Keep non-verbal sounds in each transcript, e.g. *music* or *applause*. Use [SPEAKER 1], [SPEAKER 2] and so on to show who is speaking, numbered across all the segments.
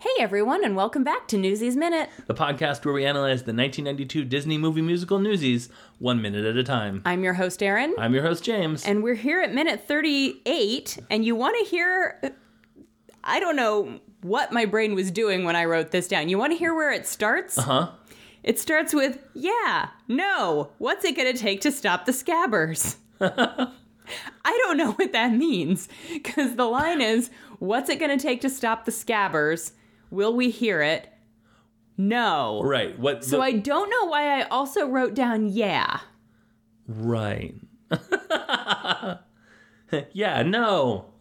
[SPEAKER 1] Hey everyone, and welcome back to Newsies Minute.
[SPEAKER 2] the podcast where we analyze the 1992 Disney movie musical Newsies one minute at a time.
[SPEAKER 1] I'm your host, Erin,
[SPEAKER 2] I'm your host, James.
[SPEAKER 1] and we're here at minute 38. And you want to hear, uh, I don't know what my brain was doing when I wrote this down. You want to hear where it starts? Uh
[SPEAKER 2] huh?
[SPEAKER 1] It starts with, yeah, no, what's it going to take to stop the scabbers? I don't know what that means because the line is, what's it going to take to stop the scabbers? Will we hear it? No.
[SPEAKER 2] Right. What?
[SPEAKER 1] So
[SPEAKER 2] the-
[SPEAKER 1] I don't know why I also wrote down yeah.
[SPEAKER 2] right. *laughs* yeah. No.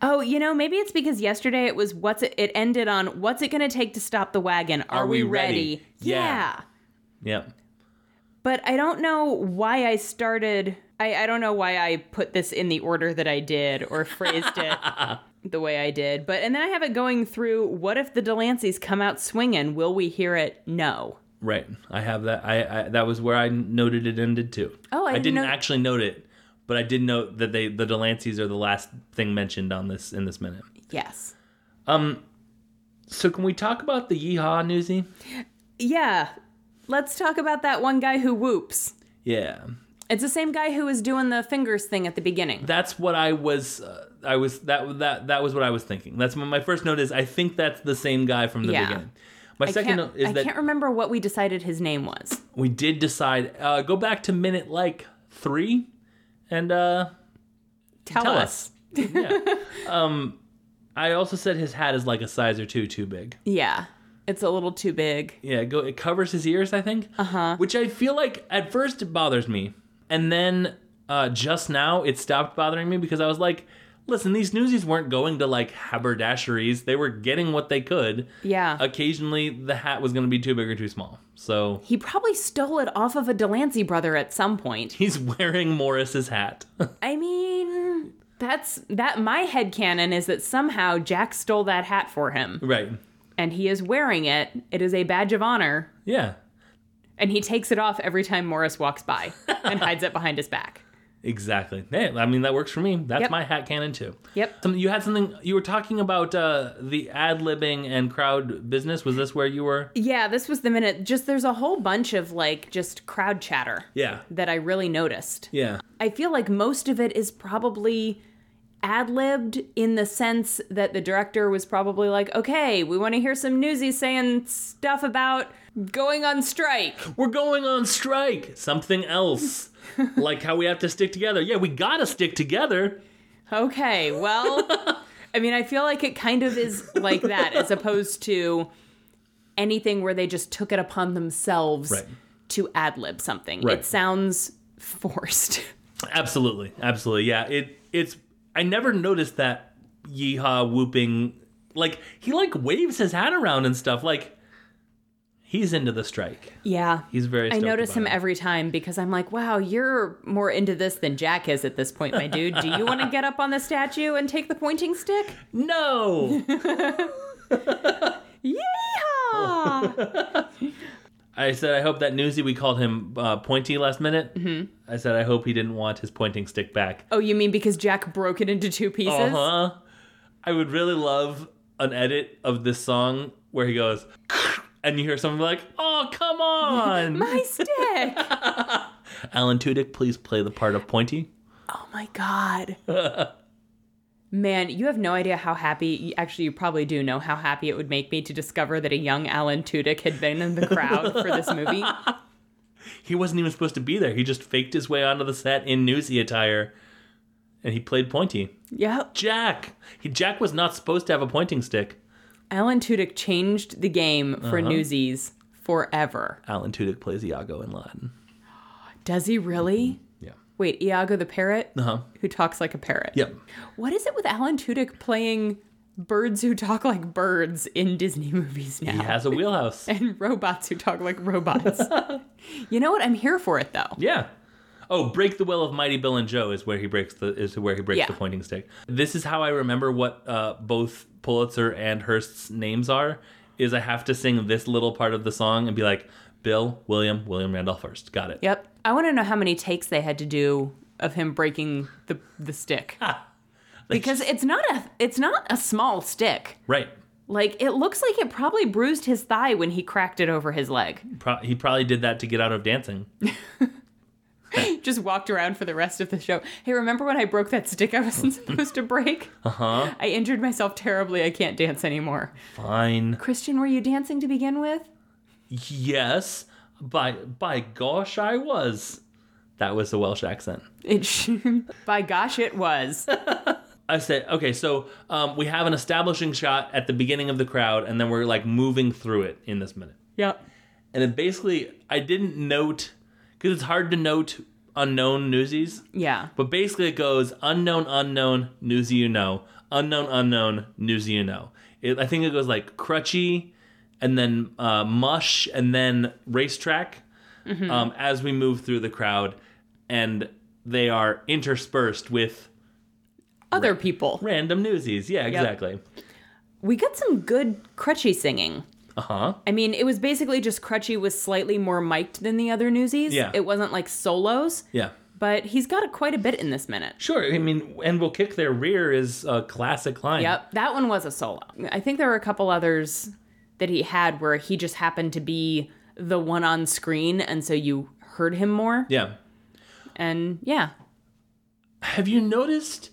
[SPEAKER 1] Oh, you know, maybe it's because yesterday it was what's it, it ended on what's it going to take to stop the wagon? Are,
[SPEAKER 2] Are
[SPEAKER 1] we,
[SPEAKER 2] we
[SPEAKER 1] ready?
[SPEAKER 2] ready? Yeah. Yep.
[SPEAKER 1] But I don't know why I started I, I don't know why I put this in the order that I did or phrased *laughs* it the way I did. But and then I have it going through what if the Delanceys come out swinging? Will we hear it? No.
[SPEAKER 2] Right. I have that. I, I that was where I noted it ended too.
[SPEAKER 1] Oh, I didn't
[SPEAKER 2] didn't
[SPEAKER 1] know-
[SPEAKER 2] actually note it, but I did note that they the Delanceys are the last thing mentioned on this in this minute.
[SPEAKER 1] Yes.
[SPEAKER 2] So can we talk about the Yeehaw Newsie?
[SPEAKER 1] Yeah. Let's talk about that one guy who whoops.
[SPEAKER 2] Yeah.
[SPEAKER 1] It's the same guy who was doing the fingers thing at the beginning.
[SPEAKER 2] That's what I was. Uh, I was that that that was what I was thinking. That's my, my first note is. I think that's the same guy from the
[SPEAKER 1] Yeah.
[SPEAKER 2] beginning. My
[SPEAKER 1] I,
[SPEAKER 2] second
[SPEAKER 1] can't,
[SPEAKER 2] note is
[SPEAKER 1] I
[SPEAKER 2] that
[SPEAKER 1] can't remember what we decided his name was.
[SPEAKER 2] we did decide. Uh, go back to minute like three, and uh,
[SPEAKER 1] Tell,
[SPEAKER 2] tell
[SPEAKER 1] us.
[SPEAKER 2] us. yeah. Um, I also said his hat is like a size or two too big.
[SPEAKER 1] Yeah. It's a little too big.
[SPEAKER 2] Yeah, go. It covers his ears, I think. Uh
[SPEAKER 1] Uh-huh.
[SPEAKER 2] huh. Which I feel like at first it bothers me, and then uh, just now it stopped bothering me because I was like, "Listen, these newsies weren't going to like haberdasheries. They were getting what they could.
[SPEAKER 1] Yeah.
[SPEAKER 2] Occasionally, the hat was going to be too big or too small. So *laughs*
[SPEAKER 1] he probably stole it off of a Delancey brother at some point.
[SPEAKER 2] he's wearing Morris's hat. *laughs*
[SPEAKER 1] I mean, that's that my headcanon is that somehow Jack stole that hat for him
[SPEAKER 2] right.
[SPEAKER 1] and he is wearing it. It is a badge of honor
[SPEAKER 2] Yeah.
[SPEAKER 1] and he takes it off every time Morris walks
[SPEAKER 2] *laughs*
[SPEAKER 1] by and hides it behind his back.
[SPEAKER 2] Exactly. Hey, I mean that works for me. That's
[SPEAKER 1] Yep.
[SPEAKER 2] my hat cannon too.
[SPEAKER 1] Yep.
[SPEAKER 2] Some, you had something. You were talking about uh, the ad libbing and crowd business. Was this where you were?
[SPEAKER 1] Yeah, this was the minute. Just there's a whole bunch of like just crowd chatter
[SPEAKER 2] Yeah.
[SPEAKER 1] that I really noticed.
[SPEAKER 2] Yeah.
[SPEAKER 1] I feel like most of it is probably ad libbed in the sense that the director was probably like, okay, we want to hear some newsies saying stuff about going on strike.
[SPEAKER 2] We're going on strike. Something else. like how we have to stick together. Yeah, we gotta stick together.
[SPEAKER 1] Okay,
[SPEAKER 2] *laughs*
[SPEAKER 1] well, I mean, I feel like it kind of is like that as opposed to anything where they just took it upon themselves
[SPEAKER 2] Right.
[SPEAKER 1] to ad lib something. It
[SPEAKER 2] Right.
[SPEAKER 1] sounds forced.
[SPEAKER 2] Absolutely. Absolutely. Yeah. It it's I never noticed that yeehaw whooping like he like waves his hat around and stuff. Like he's into the strike.
[SPEAKER 1] Yeah.
[SPEAKER 2] He's very
[SPEAKER 1] I
[SPEAKER 2] stoked
[SPEAKER 1] notice
[SPEAKER 2] about
[SPEAKER 1] him
[SPEAKER 2] it.
[SPEAKER 1] every time because I'm like, wow, you're more into this than Jack is at this point, my dude. Do you want to get up on the statue and take the pointing stick?
[SPEAKER 2] No.
[SPEAKER 1] *laughs* Yeehaw!
[SPEAKER 2] I said I hope that newsy we called him uh, pointy last minute. Mm-hmm. I said I hope he didn't want his pointing stick back.
[SPEAKER 1] oh, you mean because Jack broke it into two pieces?
[SPEAKER 2] Uh huh. I would really love an edit of this song where he goes, *laughs* and you hear someone like, "Oh,
[SPEAKER 1] *laughs*
[SPEAKER 2] come on!"
[SPEAKER 1] My
[SPEAKER 2] *laughs*
[SPEAKER 1] stick!
[SPEAKER 2] Alan Tudyk, please play the part of Pointy.
[SPEAKER 1] oh my god. Man, you have no idea how happy, actually, you probably do know how happy it would make me to discover that a young Alan Tudyk had been in the crowd for this
[SPEAKER 2] *laughs*
[SPEAKER 1] movie.
[SPEAKER 2] He wasn't even supposed to be there. He just faked his way onto the set in newsy attire, and he played Pointy.
[SPEAKER 1] Yep.
[SPEAKER 2] Jack. He, Jack was not supposed to have a pointing stick.
[SPEAKER 1] Alan Tudyk changed the game for
[SPEAKER 2] Uh-huh.
[SPEAKER 1] Newsies forever.
[SPEAKER 2] Alan Tudyk plays Iago in Latin.
[SPEAKER 1] Does he really?
[SPEAKER 2] Yeah.
[SPEAKER 1] Wait, Iago the parrot,
[SPEAKER 2] Uh huh.
[SPEAKER 1] who talks like a parrot.
[SPEAKER 2] Yep.
[SPEAKER 1] What is it with Alan Tudyk playing birds who talk like birds in Disney movies now,
[SPEAKER 2] He has a wheelhouse.
[SPEAKER 1] and robots who talk like robots? *laughs* you know what? I'm here for it though.
[SPEAKER 2] Yeah. Oh, break the will of Mighty Bill and Joe is where he breaks the is where he breaks
[SPEAKER 1] Yeah.
[SPEAKER 2] the pointing stick. This is how I remember what uh, both Pulitzer and Hearst's names are. Is I have to sing this little part of the song and be like Bill, William, William Randolph Hearst. Got it.
[SPEAKER 1] Yep. I want to know how many takes they had to do of him breaking the the stick.
[SPEAKER 2] They
[SPEAKER 1] Because
[SPEAKER 2] just-
[SPEAKER 1] it's not a it's not a small stick.
[SPEAKER 2] right,
[SPEAKER 1] Like it looks like it probably bruised his thigh when he cracked it over his leg.
[SPEAKER 2] Pro- he probably did that to get out of dancing.
[SPEAKER 1] *laughs* Just walked around for the rest of the show. Hey, remember when I broke that stick I wasn't *laughs* supposed to break?
[SPEAKER 2] Uh huh.
[SPEAKER 1] I injured myself terribly. I can't dance anymore.
[SPEAKER 2] Fine.
[SPEAKER 1] Christian, were you dancing to begin with?
[SPEAKER 2] Yes. By by gosh, I was. That was a Welsh accent.
[SPEAKER 1] It sh- *laughs* by gosh it was.
[SPEAKER 2] I said, okay, so um, we have an establishing shot at the beginning of the crowd, and then we're like moving through it in this minute.
[SPEAKER 1] yep.
[SPEAKER 2] And then basically, I didn't note because it's hard to note unknown newsies,
[SPEAKER 1] Yeah.
[SPEAKER 2] but basically it goes unknown, unknown, newsy you know, unknown, unknown, newsy you know. It, I think it goes like crutchy, and then uh, mush, and then racetrack um, as we move through the crowd, and they are interspersed with
[SPEAKER 1] Other people.
[SPEAKER 2] random newsies. Yeah, exactly.
[SPEAKER 1] We got some good crutchy singing.
[SPEAKER 2] Uh huh.
[SPEAKER 1] I mean, it was basically just Crutchy was slightly more mic'd than the other newsies.
[SPEAKER 2] Yeah.
[SPEAKER 1] It wasn't like solos,
[SPEAKER 2] Yeah.
[SPEAKER 1] but he's got a, quite a bit in this minute.
[SPEAKER 2] Sure. I mean, and we'll kick their rear is a classic line.
[SPEAKER 1] Yep, that one was a solo. I think there were a couple others that he had where he just happened to be the one on screen, and so you heard him more.
[SPEAKER 2] Yeah.
[SPEAKER 1] And yeah,
[SPEAKER 2] Have you noticed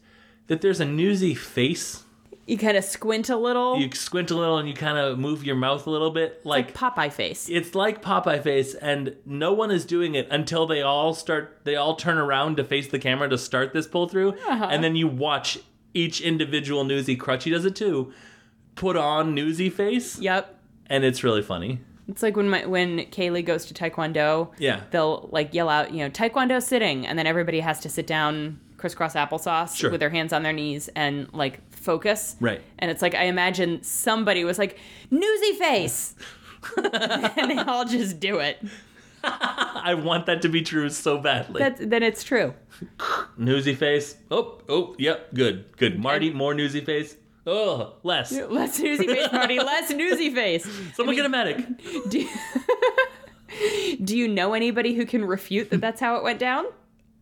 [SPEAKER 2] that there's a newsy face?
[SPEAKER 1] you kind of squint a little,
[SPEAKER 2] You squint a little and you kind of move your mouth a little bit. Like,
[SPEAKER 1] Popeye face.
[SPEAKER 2] it's like Popeye face, and no one is doing it until they all start, they all turn around to face the camera to start this pull through. And then you watch each individual newsy, Crutchy does it too, put on newsy face.
[SPEAKER 1] Yep,
[SPEAKER 2] And it's really funny.
[SPEAKER 1] it's like when my, when Kaylee goes to Taekwondo,
[SPEAKER 2] Yeah.
[SPEAKER 1] they'll like yell out, you know, Taekwondo sitting, and then everybody has to sit down crisscross applesauce
[SPEAKER 2] Sure.
[SPEAKER 1] with their hands on their knees and like focus.
[SPEAKER 2] Right.
[SPEAKER 1] And it's like I imagine somebody was like, newsy
[SPEAKER 2] *laughs*
[SPEAKER 1] face. *laughs* and they all just do it.
[SPEAKER 2] I want that to be true so badly.
[SPEAKER 1] That's, then it's true.
[SPEAKER 2] Newsy face. Oh, oh, yep, good, good. Marty, more newsy face. Oh, less.
[SPEAKER 1] Less newsy face, Marty. Less newsy face.
[SPEAKER 2] Someone get a medic.
[SPEAKER 1] Do, do you *laughs* know anybody who can refute that that's how it went down?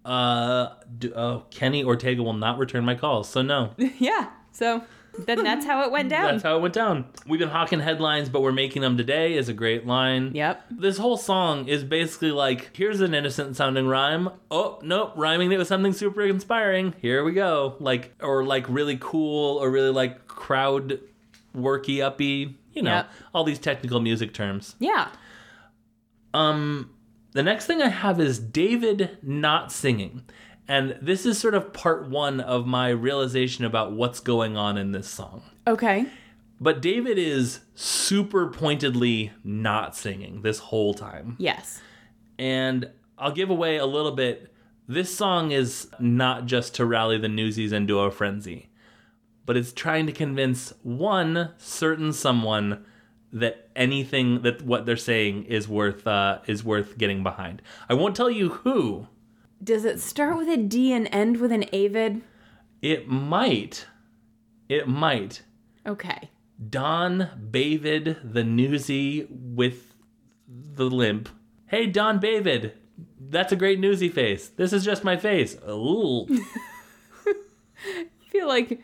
[SPEAKER 2] Uh, do, oh, Kenny Ortega will not return my calls, so no.
[SPEAKER 1] Yeah. So then that's how it went down.
[SPEAKER 2] That's how it went down. We've been hawking headlines, but we're making them today is a great line.
[SPEAKER 1] Yep.
[SPEAKER 2] This whole song is basically like, here's an innocent sounding rhyme. Oh, nope, rhyming it with something super inspiring. Here we go. Like, or like really cool, or really like crowd worky uppy. You know,
[SPEAKER 1] Yep.
[SPEAKER 2] all these technical music terms.
[SPEAKER 1] Yeah.
[SPEAKER 2] Um, the next thing I have is David not singing. And this is sort of part one of my realization about what's going on in this song.
[SPEAKER 1] Okay.
[SPEAKER 2] But David is super pointedly not singing this whole time.
[SPEAKER 1] Yes.
[SPEAKER 2] And I'll give away a little bit. This song is not just to rally the newsies into a frenzy, but it's trying to convince one certain someone that anything that what they're saying is worth uh, is worth getting behind. I won't tell you who.
[SPEAKER 1] Does it start with a D and end with an avid?
[SPEAKER 2] It might. It might.
[SPEAKER 1] Okay.
[SPEAKER 2] Don Bavid, the newsie with the limp. Hey, Don Bavid, that's a great newsy face. This is just my face.
[SPEAKER 1] *laughs*
[SPEAKER 2] Ooh.
[SPEAKER 1] I feel like,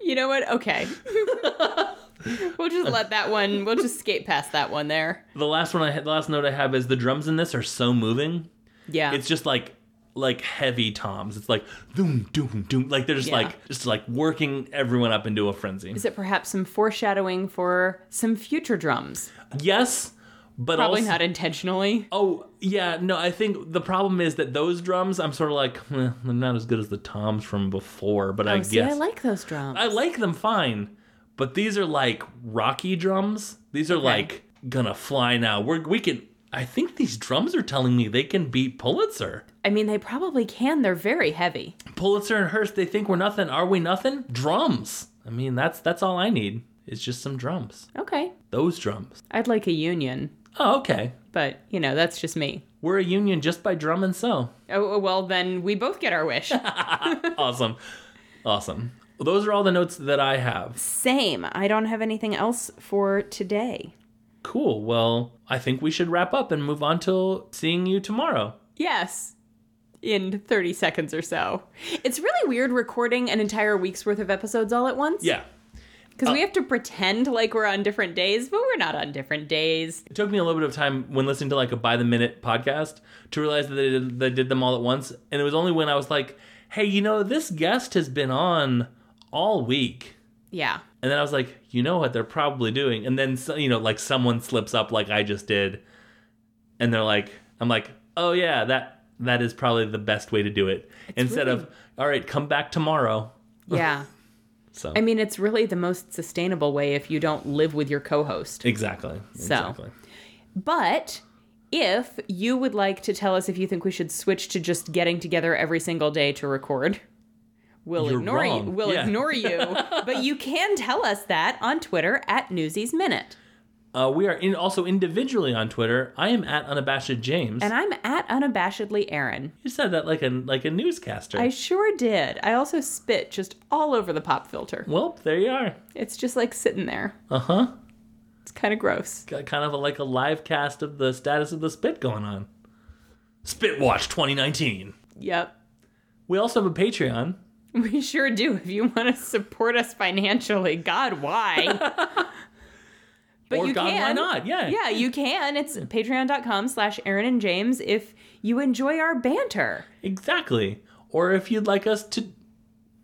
[SPEAKER 1] you know what?
[SPEAKER 2] *laughs*
[SPEAKER 1] Okay. we'll just let that one, we'll just skate past that one there.
[SPEAKER 2] the last one I had, the last note I have is the drums in this are so moving.
[SPEAKER 1] Yeah.
[SPEAKER 2] It's just like like heavy toms. It's like doom doom doom. Like they're just
[SPEAKER 1] Yeah.
[SPEAKER 2] like just like working everyone up into a frenzy.
[SPEAKER 1] Is it perhaps some foreshadowing for some future drums?
[SPEAKER 2] Yes, but
[SPEAKER 1] Probably
[SPEAKER 2] also,
[SPEAKER 1] not intentionally.
[SPEAKER 2] Oh yeah, no. I think the problem is that those drums. I'm sort of like eh, they're not as good as the toms from before, but I
[SPEAKER 1] Oh, see,
[SPEAKER 2] guess
[SPEAKER 1] I like those drums.
[SPEAKER 2] I like them fine, but these are like rocky drums. These are like gonna fly now. We're we can. I think these drums are telling me they can beat Pulitzer.
[SPEAKER 1] I mean, they probably can. They're very heavy.
[SPEAKER 2] Pulitzer and Hearst. They think we're nothing. Are we nothing? Drums. I mean, that's that's all I need. It's just some drums.
[SPEAKER 1] Okay.
[SPEAKER 2] Those drums.
[SPEAKER 1] I'd like a union,
[SPEAKER 2] Oh, okay.
[SPEAKER 1] but, you know, that's just me.
[SPEAKER 2] We're a union just by drum and sew.
[SPEAKER 1] Oh, oh, well, then we both get our wish.
[SPEAKER 2] *laughs* Awesome, awesome. Well, those are all the notes that I have.
[SPEAKER 1] Same. I don't have anything else for today.
[SPEAKER 2] Cool. Well, I think we should wrap up and move on till seeing you tomorrow.
[SPEAKER 1] Yes. In 30 seconds or so. It's really weird recording an entire week's worth of episodes all at once.
[SPEAKER 2] Yeah. Uh.
[SPEAKER 1] Because we have to pretend like we're on different days, but we're not on different days.
[SPEAKER 2] It took me a little bit of time when listening to like a by the minute podcast to realize that they did, they did them all at once. And it was only when I was like, hey, you know, this guest has been on all week. *laughs*
[SPEAKER 1] Yeah.
[SPEAKER 2] And then I was like, you know what they're probably doing. And then, so- you know, like someone slips up like I just did. And they're like, I'm like, oh yeah, that that is probably the best way to do it. Instead
[SPEAKER 1] really-
[SPEAKER 2] of, all right, come back tomorrow.
[SPEAKER 1] Yeah.
[SPEAKER 2] So
[SPEAKER 1] I mean, it's really the most sustainable way if you don't live with your co host.
[SPEAKER 2] exactly. Exactly.
[SPEAKER 1] But if you would like to tell us if you think we should switch to just getting together every single day to record, we'll
[SPEAKER 2] You're
[SPEAKER 1] ignore you.
[SPEAKER 2] wrong.
[SPEAKER 1] We'll
[SPEAKER 2] Yeah.
[SPEAKER 1] ignore
[SPEAKER 2] *laughs*
[SPEAKER 1] you. but you can tell us that on Twitter at Newsies Minute.
[SPEAKER 2] Uh, we are in also individually on Twitter. I am at unabashed James.
[SPEAKER 1] And I'm at unabashedly Aaron.
[SPEAKER 2] you said that like a like a newscaster.
[SPEAKER 1] I sure did. I also spit just all over the pop filter.
[SPEAKER 2] well, there you are.
[SPEAKER 1] It's just like sitting there.
[SPEAKER 2] Uh huh.
[SPEAKER 1] It's kind of gross.
[SPEAKER 2] Got kind of a, like a live cast of the status of the spit going on. Spit Watch 2019.
[SPEAKER 1] Yep. *laughs*
[SPEAKER 2] We also have a Patreon.
[SPEAKER 1] We sure do. If you want to support us financially, God, why? but
[SPEAKER 2] Or
[SPEAKER 1] you
[SPEAKER 2] God,
[SPEAKER 1] can.
[SPEAKER 2] why not? Yeah.
[SPEAKER 1] Yeah, you can. It's patreon.com slash Aaron and James if you enjoy our banter.
[SPEAKER 2] Exactly. Or if you'd like us to.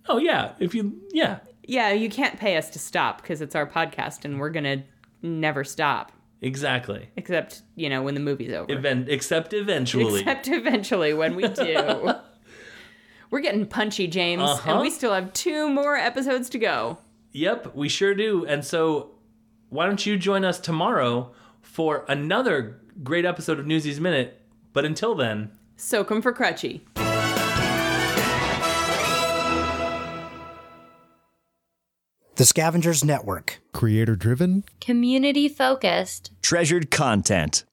[SPEAKER 2] Oh yeah. If you yeah.
[SPEAKER 1] Yeah, you can't pay us to stop because it's our podcast and we're going to never stop.
[SPEAKER 2] Exactly.
[SPEAKER 1] Except, you know, when the movie's over.
[SPEAKER 2] Event except eventually.
[SPEAKER 1] Except eventually when we
[SPEAKER 2] *laughs*
[SPEAKER 1] do. We're getting punchy, James, and
[SPEAKER 2] Uh-huh.
[SPEAKER 1] we still have two more episodes to go.
[SPEAKER 2] Yep, we sure do. And so, why don't you join us tomorrow for another great episode of Newsies Minute? But until then,
[SPEAKER 1] Soak 'em for crutchy.
[SPEAKER 3] The Scavengers Network.
[SPEAKER 4] Creator driven
[SPEAKER 5] community focused.
[SPEAKER 6] Treasured content.